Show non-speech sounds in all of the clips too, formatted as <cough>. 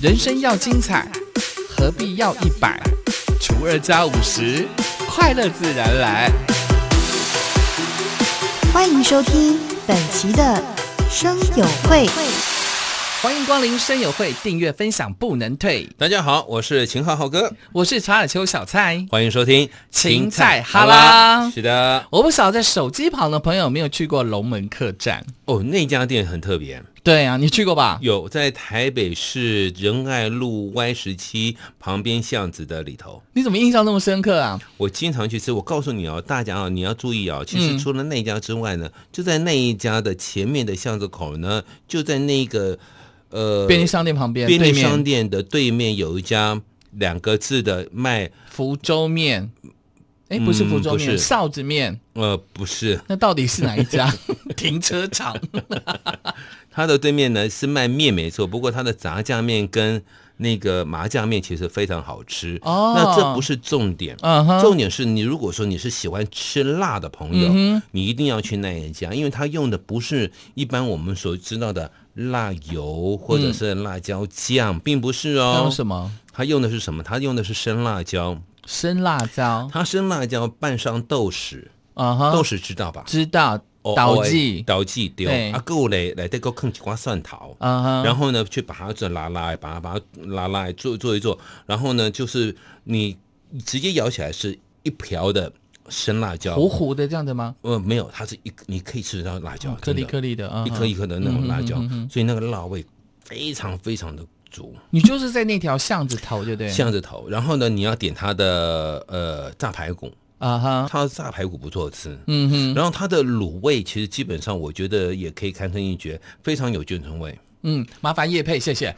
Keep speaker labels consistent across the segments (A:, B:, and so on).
A: 人生要精彩，何必要一百除二加五十？快乐自然来。
B: 欢迎收听本期的生友会。
A: 欢迎光临声友会，订阅分享不能退。
C: 大家好，我是秦浩浩哥，
A: 我是查尔丘小蔡。
C: 欢迎收听
A: 芹菜哈拉
C: 是的，
A: 我不晓得在手机旁的朋友有没有去过龙门客栈？
C: 哦，那家店很特别，
A: 对啊，你去过吧？
C: 有在台北市仁爱路 Y 十七旁边巷子的里头。
A: 你怎么印象那么深刻啊？
C: 我经常去吃。我告诉你哦，大家哦，你要注意
A: 嗯
C: 哦。其实除了那一家之外呢，就在那一家的前面的巷子口呢，就在那个呃
A: 便利商店旁边，
C: 便利
A: 对面
C: 商店的对面有一家两个字的卖
A: 福州面，哎，不是
C: 嗯
A: 福州
C: 不
A: 面，
C: 是
A: 臊子面，
C: 呃不是，
A: 那到底是哪一
C: <laughs>
A: 家？停车场。
C: 它的对面呢是卖面没错，不过它的炸酱面跟那个麻酱面其实非常好吃。
A: 哦
C: 那这不是重点，
A: 嗯哼
C: 重点是你如果说你是喜欢吃辣的朋友，
A: 嗯
C: 你一定要去那一家，因为它用的不是一般我们所知道的辣油或者是辣椒酱，并不是
A: 那
C: 哦
A: 用。什么？
C: 它用的是什么？它用的是生辣椒，
A: 生辣椒。
C: 它生辣椒拌上豆豉，
A: 啊哈，
C: 豆豉知道吧？
A: 知道
C: 哦
A: 导
C: 哦
A: 剂
C: 哎。导剂
A: 对
C: 对，啊，够嘞，来再给我啃几瓜蒜头。
A: 嗯哼，
C: 然后呢，去把它这拉拉，把它把它拉拉做做一做，然后呢，就是你直接舀起来是一瓢的生辣椒，
A: 糊糊的这样子吗？
C: 呃，没有，它是一你可以吃得到辣椒，
A: 颗粒
C: 哦真的
A: 颗粒的，嗯
C: 一颗一颗的那种辣椒，
A: 嗯哼嗯哼嗯
C: 所以那个辣味非常非常的足，
A: 你就是在那条巷子头，对不对？
C: 巷子头。然后呢，你要点它的呃炸排骨，
A: 啊哈，
C: 它的炸排骨不错吃。
A: 嗯哼，
C: 然后它的卤味其实基本上，我觉得也可以堪称一绝，非常有卷村味。
A: 嗯，麻烦叶佩，谢
C: <laughs>
A: 谢。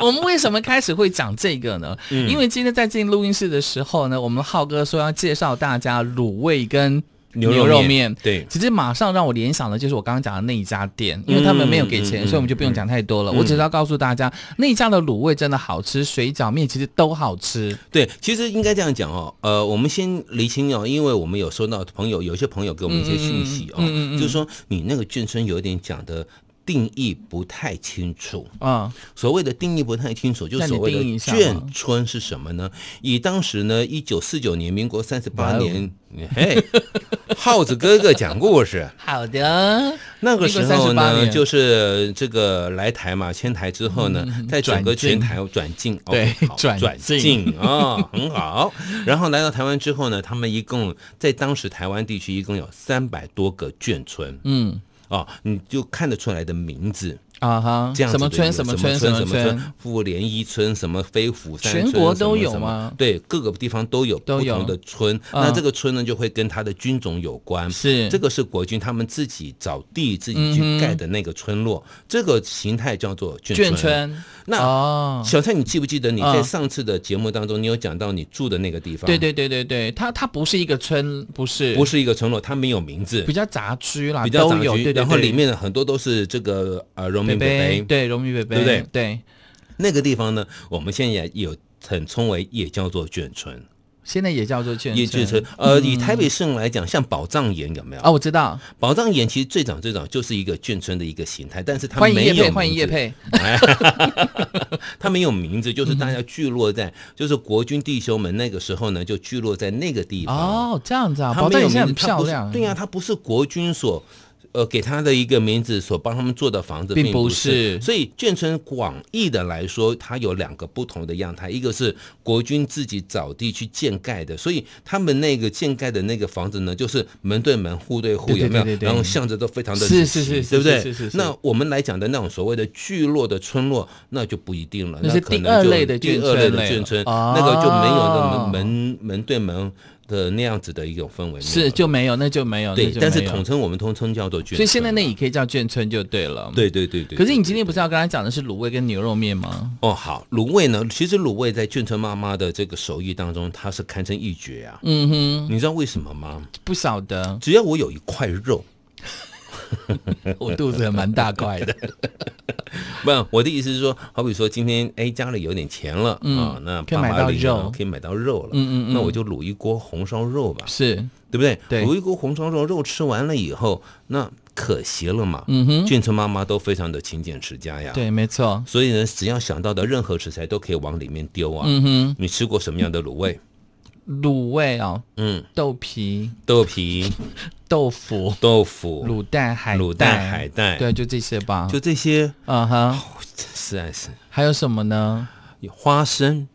A: 我们为什么开始会讲这个呢？
C: 嗯
A: 因为今天在进录音室的时候呢，我们浩哥说要介绍大家卤味跟
C: 牛
A: 肉
C: 肉面
A: 面
C: 对
A: 其实马上让我联想的就是我刚刚讲的那一家店，因为他们没有给钱，
C: 嗯嗯嗯
A: 所以我们就不用讲太多了。我只是要告诉大家，那一家的卤味真的好吃，水饺面其实都好吃。
C: 对，其实应该这样讲哦，呃，我们先厘清哦，因为我们有收到朋友，有些朋友给我们一些讯息哦，
A: 嗯嗯嗯嗯
C: 就是说你那个眷村有点讲的定义不太清楚。
A: 嗯，
C: 所谓的定义不太清楚，就
A: 那
C: 是
A: 你
C: 所谓的
A: 定义一下吧
C: 眷村是什么呢？以当时呢，一九四九年，民国三十
A: 哇
C: 八
A: 哦
C: 年，嘿， <laughs> 耗子哥哥讲故事。
A: 好的，
C: 那个时候
A: 民国38
C: 呢，
A: 年
C: 就是这个来台嘛，迁台之后
A: 嗯
C: 呢，在整个全台转进，
A: 对
C: 哦
A: <laughs>
C: 好
A: 转
C: 转
A: 进
C: 进啊、很好。然后来到台湾之后呢，他们一共在当时台湾地区一共有三百多个眷村。
A: 嗯
C: 哦，你就看得出来的名字，
A: 啊哈，
C: 这样子
A: 什么
C: 的
A: 村
C: 一个
A: 什
C: 什
A: 么村
C: 村
A: 什
C: 么
A: 么村，，
C: 富联一村什么飞虎山
A: 全
C: 村，
A: 国都
C: 什么
A: 有
C: 什么
A: 吗
C: 对，各个地方都有
A: 都
C: 不
A: 有
C: 同的村。
A: 嗯
C: 那这个村呢，就会跟它的军种有关。
A: 是
C: 这个是国军他们自己找地自己
A: 嗯哼
C: 去盖的那个村落，这个形态叫做眷
A: 嗯眷
C: 村。
A: 村
C: 那、
A: 哦。
C: 小蔡，你记不记得你在
A: 嗯
C: 上次的节目当中，你有讲到你住的那个地方？
A: 对，对对对对，它它不是一个村，不是
C: 不是一个村落，它没有名字
A: 比，较杂居啦，
C: 比较
A: 啊都
C: 杂
A: 有，对
C: 居，
A: 对对，
C: 然后里面呢很多都是这个呃农
A: 北
C: 民伯
A: 北
C: 伯
A: 对荣民北北
C: 对不对
A: 对，
C: 那个地方呢，我们现在也有很称为也叫做眷村，
A: 现在也叫做眷
C: 也眷村。呃，以台北市来讲，像宝藏岩有没有？
A: 哦，我知道，
C: 宝藏岩其实最早最早就是一个眷村的一个形态，但是它
A: 欢迎
C: 没
A: 叶
C: 有
A: 佩，欢迎叶
C: 名字，
A: 佩，
C: 它没有名字，就是大家聚落在，就是国军弟兄们那个时候呢，就聚落在那个地方。哦，
A: 哦，这样子啊，
C: 它
A: 宝
C: 没
A: 藏
C: 有
A: 也是啊
C: 名
A: 很
C: 字，它
A: 漂
C: 不是
A: 亮，
C: 对呀、它不是国军所。呃，给它的一个名字所帮他们做的房子
A: 并
C: 并不
A: 不是
C: 所以眷村广义的来说，它有两个不同的样态，一个是国军自己找地去建盖的，所以他们那个建盖的那个房子呢，就是门对门、户对户，
A: 对对
C: 有没有
A: 对对？对
C: 然后巷子都非常的
A: 是
C: 整
A: 是
C: 齐
A: 是是
C: 对不对？
A: 是是是
C: 那我们来讲的那种所谓的聚落的村落，那就不一定了，
A: 那是
C: 可能
A: 第二
C: 就
A: 类的
C: 第
A: 眷
C: 二类的
A: 村类
C: 眷村，
A: 了
C: 那个就没有那
A: 哦
C: 么门门对门的那样子的一种氛围没有了，
A: 是就没有，那就没有，那
C: 对，
A: 就
C: 但是
A: 没有
C: 统称我们通称叫做眷村。
A: 所以现在那也可以叫眷村就对了，。
C: 对对对对。
A: 可是你
C: 对
A: 今天不是要跟他讲的是卤味跟牛肉面吗？
C: 哦，好，卤味呢？其实卤味在眷村妈妈的这个手艺当中，它是堪称一绝啊。
A: 嗯哼，
C: 你知道为什么吗？
A: 不晓
C: <laughs>
A: 得，
C: 只要我有一块肉， <laughs>
A: 我肚子还蛮大块的。
C: 不，我的意思是说，好比说今天哎家里有点钱了啊、
A: 嗯
C: 那
A: 可以
C: 爸
A: 买
C: 爸
A: 到
C: 领
A: 肉
C: 了可以买到肉了，
A: 嗯嗯嗯
C: 那我就卤一锅红烧肉吧，
A: 是，
C: 对不对？
A: 对
C: 卤一锅红烧肉，肉吃完了以后，那可惜了嘛，
A: 嗯哼，
C: 眷村妈妈都非常的勤俭持家呀，，
A: 对，没错，
C: 所以呢，只要想到的任何食材都可以往里面丢啊。
A: 嗯哼，
C: 你吃过什么样的卤味？
A: 卤味哦，
C: 嗯，
A: 豆皮、
C: 豆皮、
A: 豆腐、
C: 豆腐、
A: 卤蛋、海
C: 卤蛋、海带，
A: 对，就这些吧。
C: 就这些，
A: 嗯哼，
C: 实在是
A: 还有什么呢？
C: 花生、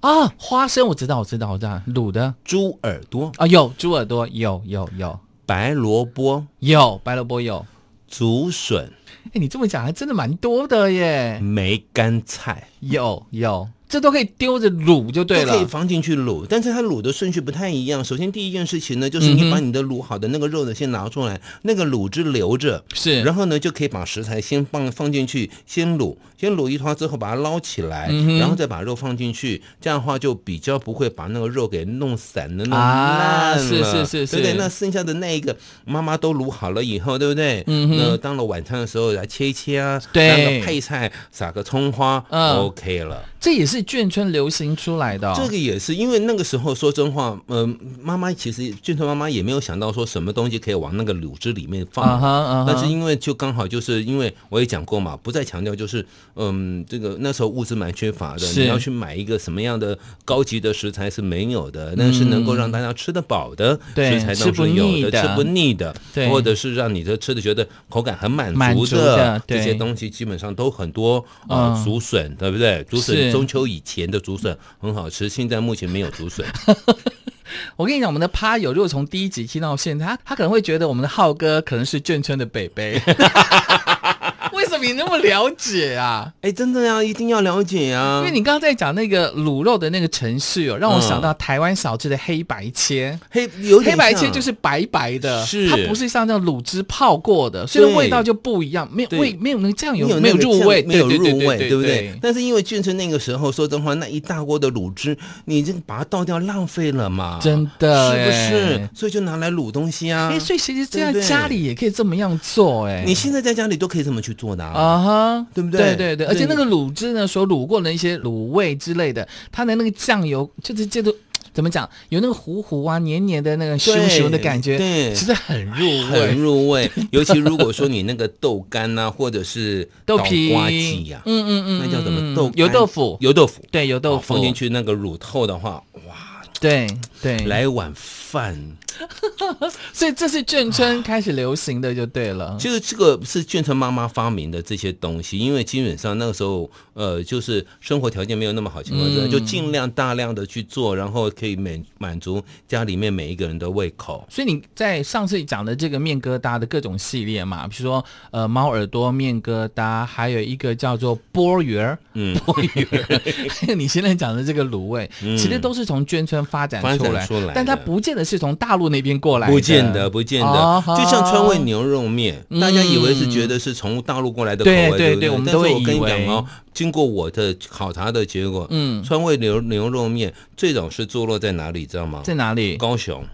A: 啊，花生我知道，我知道，我知道，卤的
C: 猪耳朵、
A: 啊，有猪耳朵，有有有
C: 白萝卜、
A: 有，白萝卜有。
C: 竹笋、
A: 哎，你这么讲还真的蛮多的耶，
C: 梅干菜，
A: 有有，这都可以丢着卤就对
C: 都可以
A: 了。
C: 放进去卤，但是它卤的顺序不太一样。首先第一件事情呢，就是
A: 嗯
C: 你把你的卤好的那个肉呢先拿出来，那个卤汁留着，
A: 是，
C: 然后呢，就可以把食材先放放进去，先卤，先卤一坨之后把它捞起来，
A: 嗯
C: 然后再把肉放进去，这样的话就比较不会把那个肉给弄散了、弄
A: 啊
C: 烂了，
A: 是是是
C: 对不对？
A: 是
C: 那剩下的那一个妈妈都卤好了以后，对不对？
A: 嗯哼
C: 那当了晚餐的时候来切一切啊，
A: 对
C: 当个配菜，撒个葱花、
A: 嗯
C: o k 了。
A: 这也是眷村流行出来的哦、
C: 这个也是，因为那个时候说真话，呃，妈妈其实俊成妈妈也没有想到说什么东西可以往那个卤汁里面放
A: 啊哈啊哈
C: 但是因为就刚好就是因为我也讲过嘛，不再强调就是，嗯，这个那时候物资蛮缺乏的，
A: 是
C: 你要去买一个什么样的高级的食材是没有的，但是能够让大家吃得饱的
A: 嗯对
C: 食材
A: 吃
C: 当
A: 不
C: 中
A: 腻
C: 有的，
A: 的
C: 吃不腻的，
A: 对
C: 或者是让你的吃的觉得口感很满
A: 满
C: 足
A: 足的
C: 这些
A: 对
C: 东西，基本上都很多啊
A: 嗯，
C: 竹笋对不对？竹
A: 是
C: 笋中秋以前的竹笋很好吃，现在目前没有
A: <laughs>
C: 竹笋。
A: 我跟你讲，我们的趴友如果从第一集听到现在，他他可能会觉得我们的浩哥可能是眷村的北
C: <laughs>
A: 北。为什么你那么了解啊？
C: 哎，真的呀、一定要了解啊
A: 因为。你刚刚在讲那个卤肉的那个程序哦，让我想
C: 嗯
A: 到台湾小吃的黑白切。
C: 黑有点
A: 黑白
C: 像
A: 切就是白白的，
C: 是
A: 它不是像这样卤汁泡过的，所以
C: 对
A: 味道就不一样，没有
C: 对
A: 味，没有那个酱油，
C: 有
A: 没
C: 那
A: 有
C: 个
A: 入
C: 酱
A: 味，
C: 没有入
A: 对
C: 味，
A: 对
C: 不
A: 对？
C: 但是因为眷村那个时候，说真话，那一大锅的卤汁，你这个把它倒掉，浪费了嘛？
A: 真的
C: 啊是不
A: 耶
C: 是？所以就拿来卤东西啊
A: 哎，。所以其实这样
C: 对不对
A: 家里也可以这么样做，哎，
C: 你现在在家里都可以这么去做的啊。
A: 啊哈，
C: 对不对
A: 对？对对，
C: 对
A: 而且那个卤汁呢，所卤过的一些卤味之类的，它的那个酱油，就是这都怎么讲，有那个糊糊啊、黏黏的那个
C: 对
A: 熊熊的感觉，
C: 对
A: 其实很入
C: 很
A: 味。
C: 入味，尤其如果说你那个豆干呐、或者是
A: 豆
C: 脑
A: 皮
C: 瓜鸡呀、
A: 嗯嗯嗯，
C: 那叫什
A: 嗯
C: 么豆
A: 油
C: 干
A: 豆腐，
C: 油豆腐，
A: 对，油豆
C: 哦
A: 腐嗯
C: 放进，去那个乳透的话，哇，
A: 对对，
C: 来碗饭。
A: 所以这是眷村开始流行的就对了。
C: 就是这个是眷村妈妈发明的这些东西，因为基本上那个时候，呃，就是生活条件没有那么好情况之下，
A: 嗯
C: 就尽量大量的去做，然后可以满满足家里面每一个人的胃口。
A: 所以你在上次讲的这个面疙瘩的各种系列嘛，比如说呃猫耳朵面疙瘩，还有一个叫做波圆儿，
C: 嗯，
A: 波鱼儿， <laughs> 还有你现在讲的这个卤味，其实都是从眷村发展出
C: 发
A: 来，
C: 展出来的
A: 但它不见得是从大陆那边过来的，
C: 不见得，不见
A: 哦
C: 得，就像川味牛肉面，大家以为是
A: 嗯
C: 觉得是从大陆过来的口
A: 对
C: 味，
A: 嗯对对
C: 不对？
A: 我们
C: 但
A: 都会
C: 是我跟
A: 以
C: 你
A: 为
C: 讲哦，经过我的考察的结果，
A: 嗯
C: 川味牛牛肉面最早是坐落在哪里，你知道吗？
A: 在哪里
C: 高雄。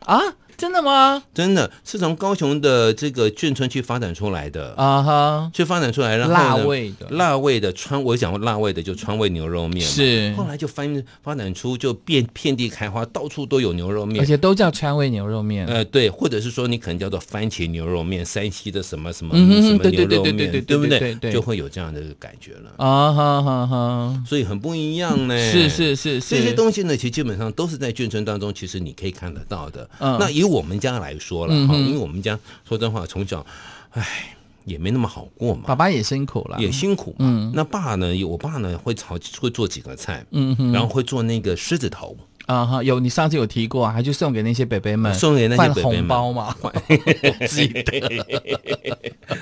A: 啊？真的吗？
C: 真的是从高雄的这个眷村区发展出来的
A: 啊哈，
C: 去发展出来，然后呢
A: 辣味的
C: 辣味的川，我讲过辣味的就川味牛肉面嘛，
A: 是
C: 后来就发发展出就遍遍地开花，到处都有牛肉
A: 而
C: 面。
A: 且都叫川味牛肉面，
C: 呃，对，或者是说你可能叫做番茄牛肉面，山西的什么什么
A: 嗯哼
C: 什么
A: 对
C: 牛肉
A: 对对对对
C: 面，
A: 对
C: 不
A: 对对对
C: 就会有这样的感觉了，
A: 啊哈哈哈，
C: 所以很不一样呢。
A: 是是是是，
C: 这些东西呢，其实基本上都是在眷村当中，其实你可以看得到的。
A: 嗯
C: 那以我们家来说了，
A: 嗯
C: 哈、
A: 哼
C: 因为我们家说真话，从小，唉，也没那么好过嘛，
A: 爸爸也辛苦了，
C: 也辛苦嘛。那爸呢，我爸呢会炒，会做几个菜，
A: 嗯哼，
C: 然后会做那个狮子头，
A: 啊哈，有你上次有提过啊，还去送给那些北北们，
C: 送给那些
A: 换
C: 北北
A: 红
C: 们
A: 包嘛， <laughs> 我记得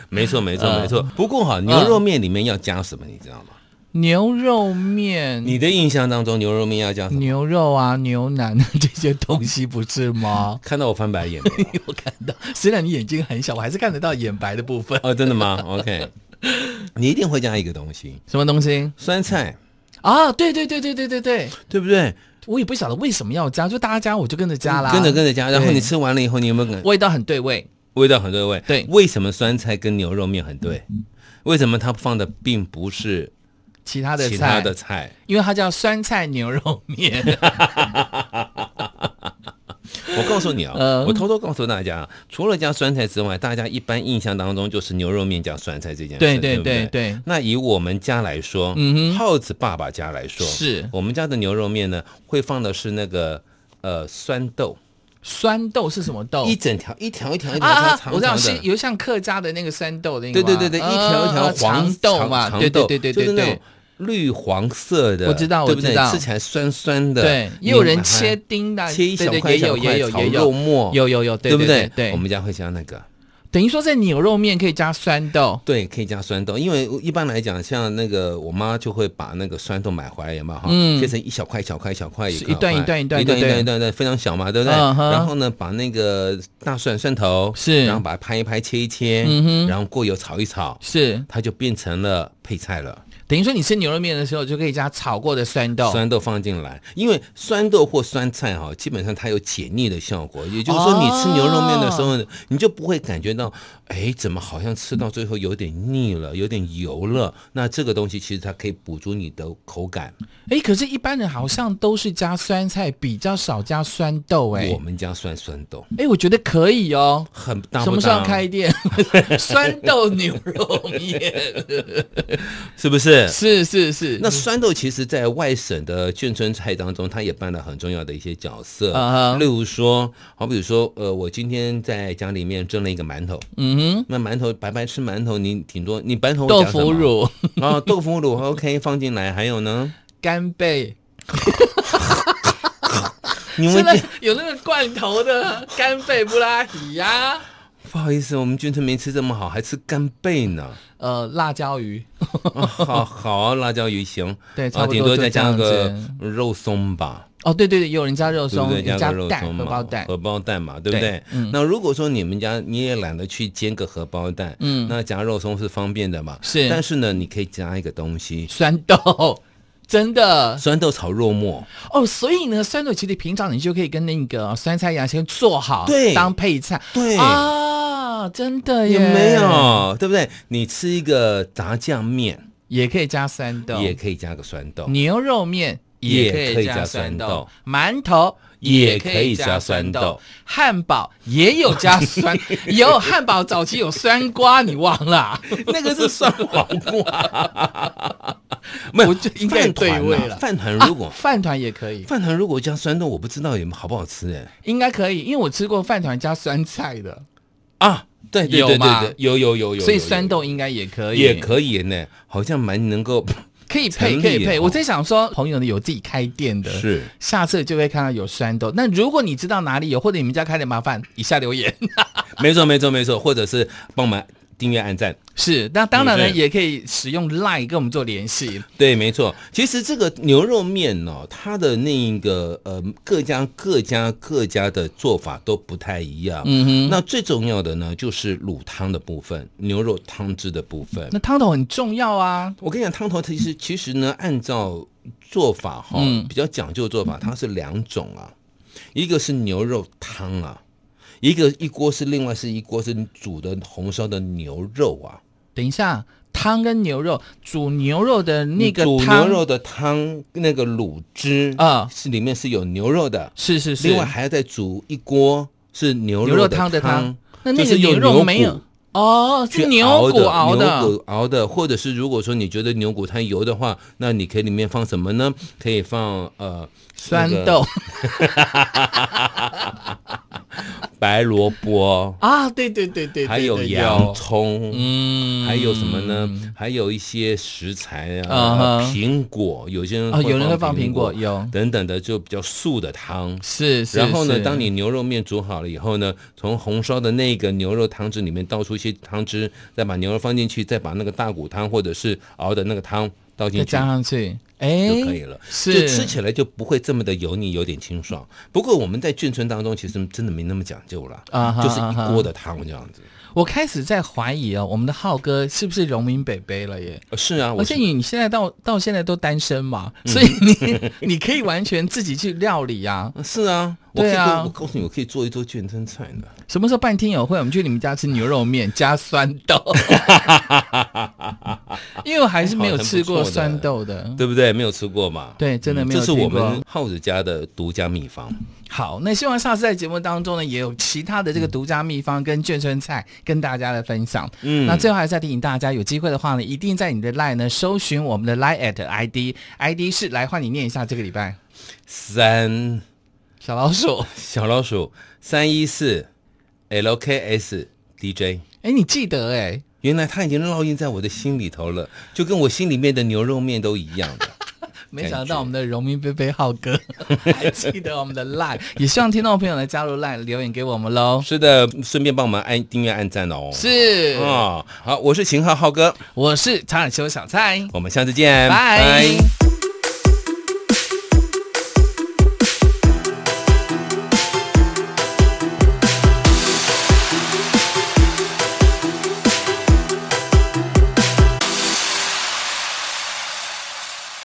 C: 没错没错
A: 嗯
C: 没错。不过哈，牛肉面里面要加什么，你知道吗？
A: 牛肉面，
C: 你的印象当中，牛肉面要加什么？
A: 牛肉啊、牛腩 <laughs> 啊这些东西不是吗？
C: 看到我翻白眼没有？
A: <laughs> 我看到，虽然你眼睛很小，我还是看得到眼白的部分。
C: 哦，真的吗？OK，你一定会加一个东西，
A: 什么东西
C: 酸菜，
A: 啊？对对对对对对对，
C: 对不对？
A: 我也不嗯晓得为什么要加，就大家加我就跟着加啦，
C: 跟着跟着加，然后
A: 对
C: 你吃完了以后，你有没有感？
A: 味道很对味。
C: 味道很对味。
A: 对嗯
C: 为什么酸菜跟牛肉面很对？为什么它放的并不是
A: 其他的
C: 其
A: 菜，
C: 他的菜？
A: 因为它叫酸菜牛肉 <laughs> 面，
C: 我告诉你啊、
A: 嗯
C: 我偷偷告诉大家啊，除了加酸菜之外，大家一般印象当中就是牛肉面加酸菜这件事，
A: 对对
C: 对不
A: 对
C: 对。
A: 对，
C: 那以我们家来说，
A: 嗯哼
C: 耗子爸爸家来说，
A: 是
C: 我们家的牛肉面呢，会放的是那个呃酸豆，
A: 酸豆是什么豆？
C: 一整条一条一条一条
A: 哦啊
C: 哎长
A: 啊！我
C: 长
A: 知道
C: 长
A: 是
C: 的。
A: 有像客家的那个酸豆的那个
C: 对
A: 吗，
C: 对对对，一条一条
A: 呃
C: 黄
A: 长豆嘛，
C: 长
A: 对对
C: 豆
A: 对对
C: 就是
A: 对
C: 那种
A: 对
C: 绿黄色的，
A: 我知道
C: 对不对
A: 我知道
C: 吃起来酸酸的，
A: 对，也有人切丁的，
C: 切一
A: 对
C: 小
A: 对
C: 块
A: 也
C: 一小
A: 有
C: 块
A: 也有
C: 炒
A: 也
C: 肉
A: 有
C: 末，
A: 有有有，对
C: 不
A: 对
C: 对？
A: 对
C: 我，们家会加那个，
A: 等于说在牛肉面可以加酸豆，
C: 对，可以加酸豆，因为一般来讲，像那个我妈就会把那个酸豆买回来，有没有哈？
A: 嗯
C: 切成一小块一小块一小块，
A: 是
C: 一块
A: 一段
C: 块
A: 一段一段
C: 一段
A: 对不
C: 一段
A: 对
C: 一段一段，非常小嘛，对不对？
A: 嗯哼
C: 然后呢，把那个大蒜蒜头
A: 是
C: 然后把它拍一拍，切一切，
A: 嗯哼
C: 然后过油炒一炒，
A: 是
C: 它就变成了配菜了。
A: 等于说你吃牛肉面的时候就可以加炒过的酸豆，
C: 酸豆放进来，因为酸豆或酸菜哈、基本上它有解腻的效果。也就是说，你吃牛肉面的时
A: 哦
C: 候，你就不会感觉到，哎，怎么好像吃到最后有点腻了，有点油了。那这个东西其实它可以补足你的口感。
A: 哎，可是，一般人好像都是加酸菜，比较少加酸豆、
C: 我
A: 诶
C: 们家酸酸豆
A: 哎，哎，我觉得可以哦。
C: 很搭
A: 什
C: 不啊
A: 么时候
C: 搭？
A: 开店？ <laughs> 酸豆牛肉面， <laughs>
C: 是不是？
A: 是是是。
C: 那酸豆其实，在外省的眷村菜当中，它也扮了很重要的一些角色。
A: 啊哈
C: 例如说，好比说，呃，我今天在家里面蒸了一个馒头，
A: 嗯
C: 那馒头白白吃馒头，你顶多你馒头
A: 哼，豆
C: 会夹什么
A: 腐乳、
C: 啊，豆腐
A: <laughs>
C: 乳 OK 放进来，还有呢，
A: 干贝，
C: 你
A: 现
C: 们
A: 在有那个罐头的干贝布拉提呀、
C: <laughs> 不好意思，我们眷村没吃这么好，还吃干贝
A: <laughs>
C: 呢。
A: 呃，辣椒鱼，
C: 啊、好好啊，辣椒鱼行，
A: 对差
C: 啊，
A: 不多
C: 顶多
A: 就
C: 再
A: 这
C: 加
A: 样
C: 个
A: 子
C: 肉松吧，
A: 哦，对对对，有人加肉
C: 对不
A: 松，
C: 对？
A: 有
C: 加
A: 加
C: 个肉
A: 蛋，
C: 松嘛，哦
A: 荷包蛋，
C: 荷包蛋嘛，对不
A: 对
C: 对？
A: 嗯
C: 那如果说你们家你也懒得去煎个荷包蛋，
A: 嗯
C: 那加肉松是方便的嘛？
A: 是
C: 但是呢，你可以加一个东西，
A: 酸豆， <laughs> 真的
C: 酸豆炒肉末。
A: 哦，所以呢，酸豆其实平常你就可以跟那个酸菜一样，先做好，
C: 对
A: 当配菜，
C: 对
A: 啊，真的
C: 有
A: 耶，
C: 没，有，对不对？你吃一个炸酱面，
A: 也可以加酸豆，
C: 也可以加个酸豆， <laughs>
A: 牛肉面
C: 也
A: 也
C: 可
A: 可
C: 以
A: 以
C: 加
A: 加
C: 酸
A: 酸
C: 豆
A: 豆，馒头
C: 也可
A: 可
C: 以
A: 以
C: 加
A: 加
C: 酸
A: 酸
C: 豆
A: 豆，汉堡也有加
C: <laughs>
A: 酸，有汉堡早期有酸瓜，你忘了啊？
C: <laughs> 那个是酸黄瓜，没有，
A: 我就应该
C: 饭团
A: 对味
C: 啊
A: 了
C: 饭团如果、
A: 啊饭团也可以，
C: 饭团如果加酸豆，我不知道有没有好不好吃哎、
A: 应该可以，因为我吃过饭团加酸菜的，
C: 啊，对对
A: 有
C: 对对
A: 吗
C: 对，有有有有，
A: 所以
C: 有有
A: 酸豆
C: 有
A: 应该也可以，
C: 也可以呢，好像蛮能够
A: 可以配，
C: 成
A: 可以
C: 立
A: 配。
C: 哦
A: 我在想说，朋友呢有自己开店的，
C: <laughs> 是。
A: 下次就会看到有酸豆。那如果你知道哪里有，或者你们家开的，麻烦以下留言。
C: 没错没错没错，或者是帮忙订阅按赞。
A: 是，那当然
C: 也
A: 呢，
C: <laughs> 是
A: 也可以使用 Line 跟我们做联系。
C: 对，没错。其实这个牛肉面哦，它的那一个呃，各家各家各家的做法都不太一样。
A: 嗯哼，
C: 那最重要的呢，就是卤汤的部分，牛肉汤汁的部分。
A: 那汤头很重要啊。
C: 我跟你讲，汤头其实其实呢，按照做法哈、
A: 嗯
C: 比较讲究的做法，它是两种啊，一个是牛肉汤啊，一个一锅是另外是一锅是煮的红烧的牛肉啊，
A: 等一下，汤跟牛肉煮牛肉的那个
C: 煮
A: 汤，
C: 牛肉的汤那个卤汁
A: 啊
C: 是里面是有牛肉的，
A: 是是是，
C: 另外还要再煮一锅是牛
A: 牛肉
C: 的
A: 汤的汤，那那
C: 就
A: 个
C: 是用
A: 牛肉
C: 牛
A: 没有
C: 骨
A: 哦，是
C: 去
A: 牛骨熬的，
C: 牛骨熬的，或者是如果说你觉得牛骨太油的话，那你可以里面放什么呢？可以放呃
A: 酸、
C: 那个
A: 豆
C: 白萝卜，
A: 啊，对对对对，对
C: 还有
A: 对
C: 洋葱。
A: 嗯，
C: 还有什么呢？还有一些食材
A: 嗯
C: 啊，
A: 哼
C: 苹果，有些人
A: 啊，有人会
C: 会
A: 放苹果，，
C: 果
A: 有
C: 等等的，就比较素的汤。
A: 是是。
C: 然后呢，
A: 是
C: 当你牛肉面煮好了以后呢，从红烧的那个牛肉汤汁里面倒出一些汤汁，再把牛肉放进去，再把那个大骨汤或者是熬的那个汤倒进
A: 再
C: 去，
A: 加上去，哎，
C: 就可以了，
A: 是
C: 就吃起来就不会这么的油腻，有点清爽。不过我们在眷村当中，其实真的没那么讲究了，
A: 啊哈
C: 就是一锅的汤这样子。
A: 我开始在怀疑哦，我们的浩哥是不是荣民北北了耶？
C: 呃是啊，我
A: 而
C: 是嗯
A: 且你你现在到到 <laughs> 现在都单身嘛，所以你你可以完全自己去料理啊。
C: 是啊，我可以
A: 对啊
C: 做，我告诉你，我可以做一桌卷蒸菜呢。
A: 什么时候办听友会？我们去你们家吃牛肉面加酸 <laughs> 豆，因为我还是没有吃过酸豆的。
C: 对不对？没有吃过嘛？嗯
A: 对真的没有
C: 这是我
A: 听过
C: 们耗子家的独家秘方。
A: 好，那希望下次在节目当中呢，也有其他的这个独家秘方跟眷村菜跟大家的分享。
C: 嗯
A: 那最后还是要提醒大家，有机会的话呢，一定在你的 line 呢搜寻我们的 line at ID，ID 是来换你念一下这个礼拜
C: 三
A: 小老鼠。
C: 小老鼠三一四 LKS DJ，
A: <laughs> 哎，你记得哎，
C: 原来它已经烙印在我的心里头了，就跟我心里面的牛肉面都一样
A: <laughs>
C: 的。
A: 没想到我们的荣民贝贝浩哥 <laughs> 还记得我们的 line，也希望听众朋友来加入 line 留言给我们喽。
C: 是的，顺便帮忙按订阅、按赞哦。
A: 是，
C: 啊、好，我是秦昊浩哥，
A: 我是查尔修小蔡，
C: 我们下次见，
A: 拜。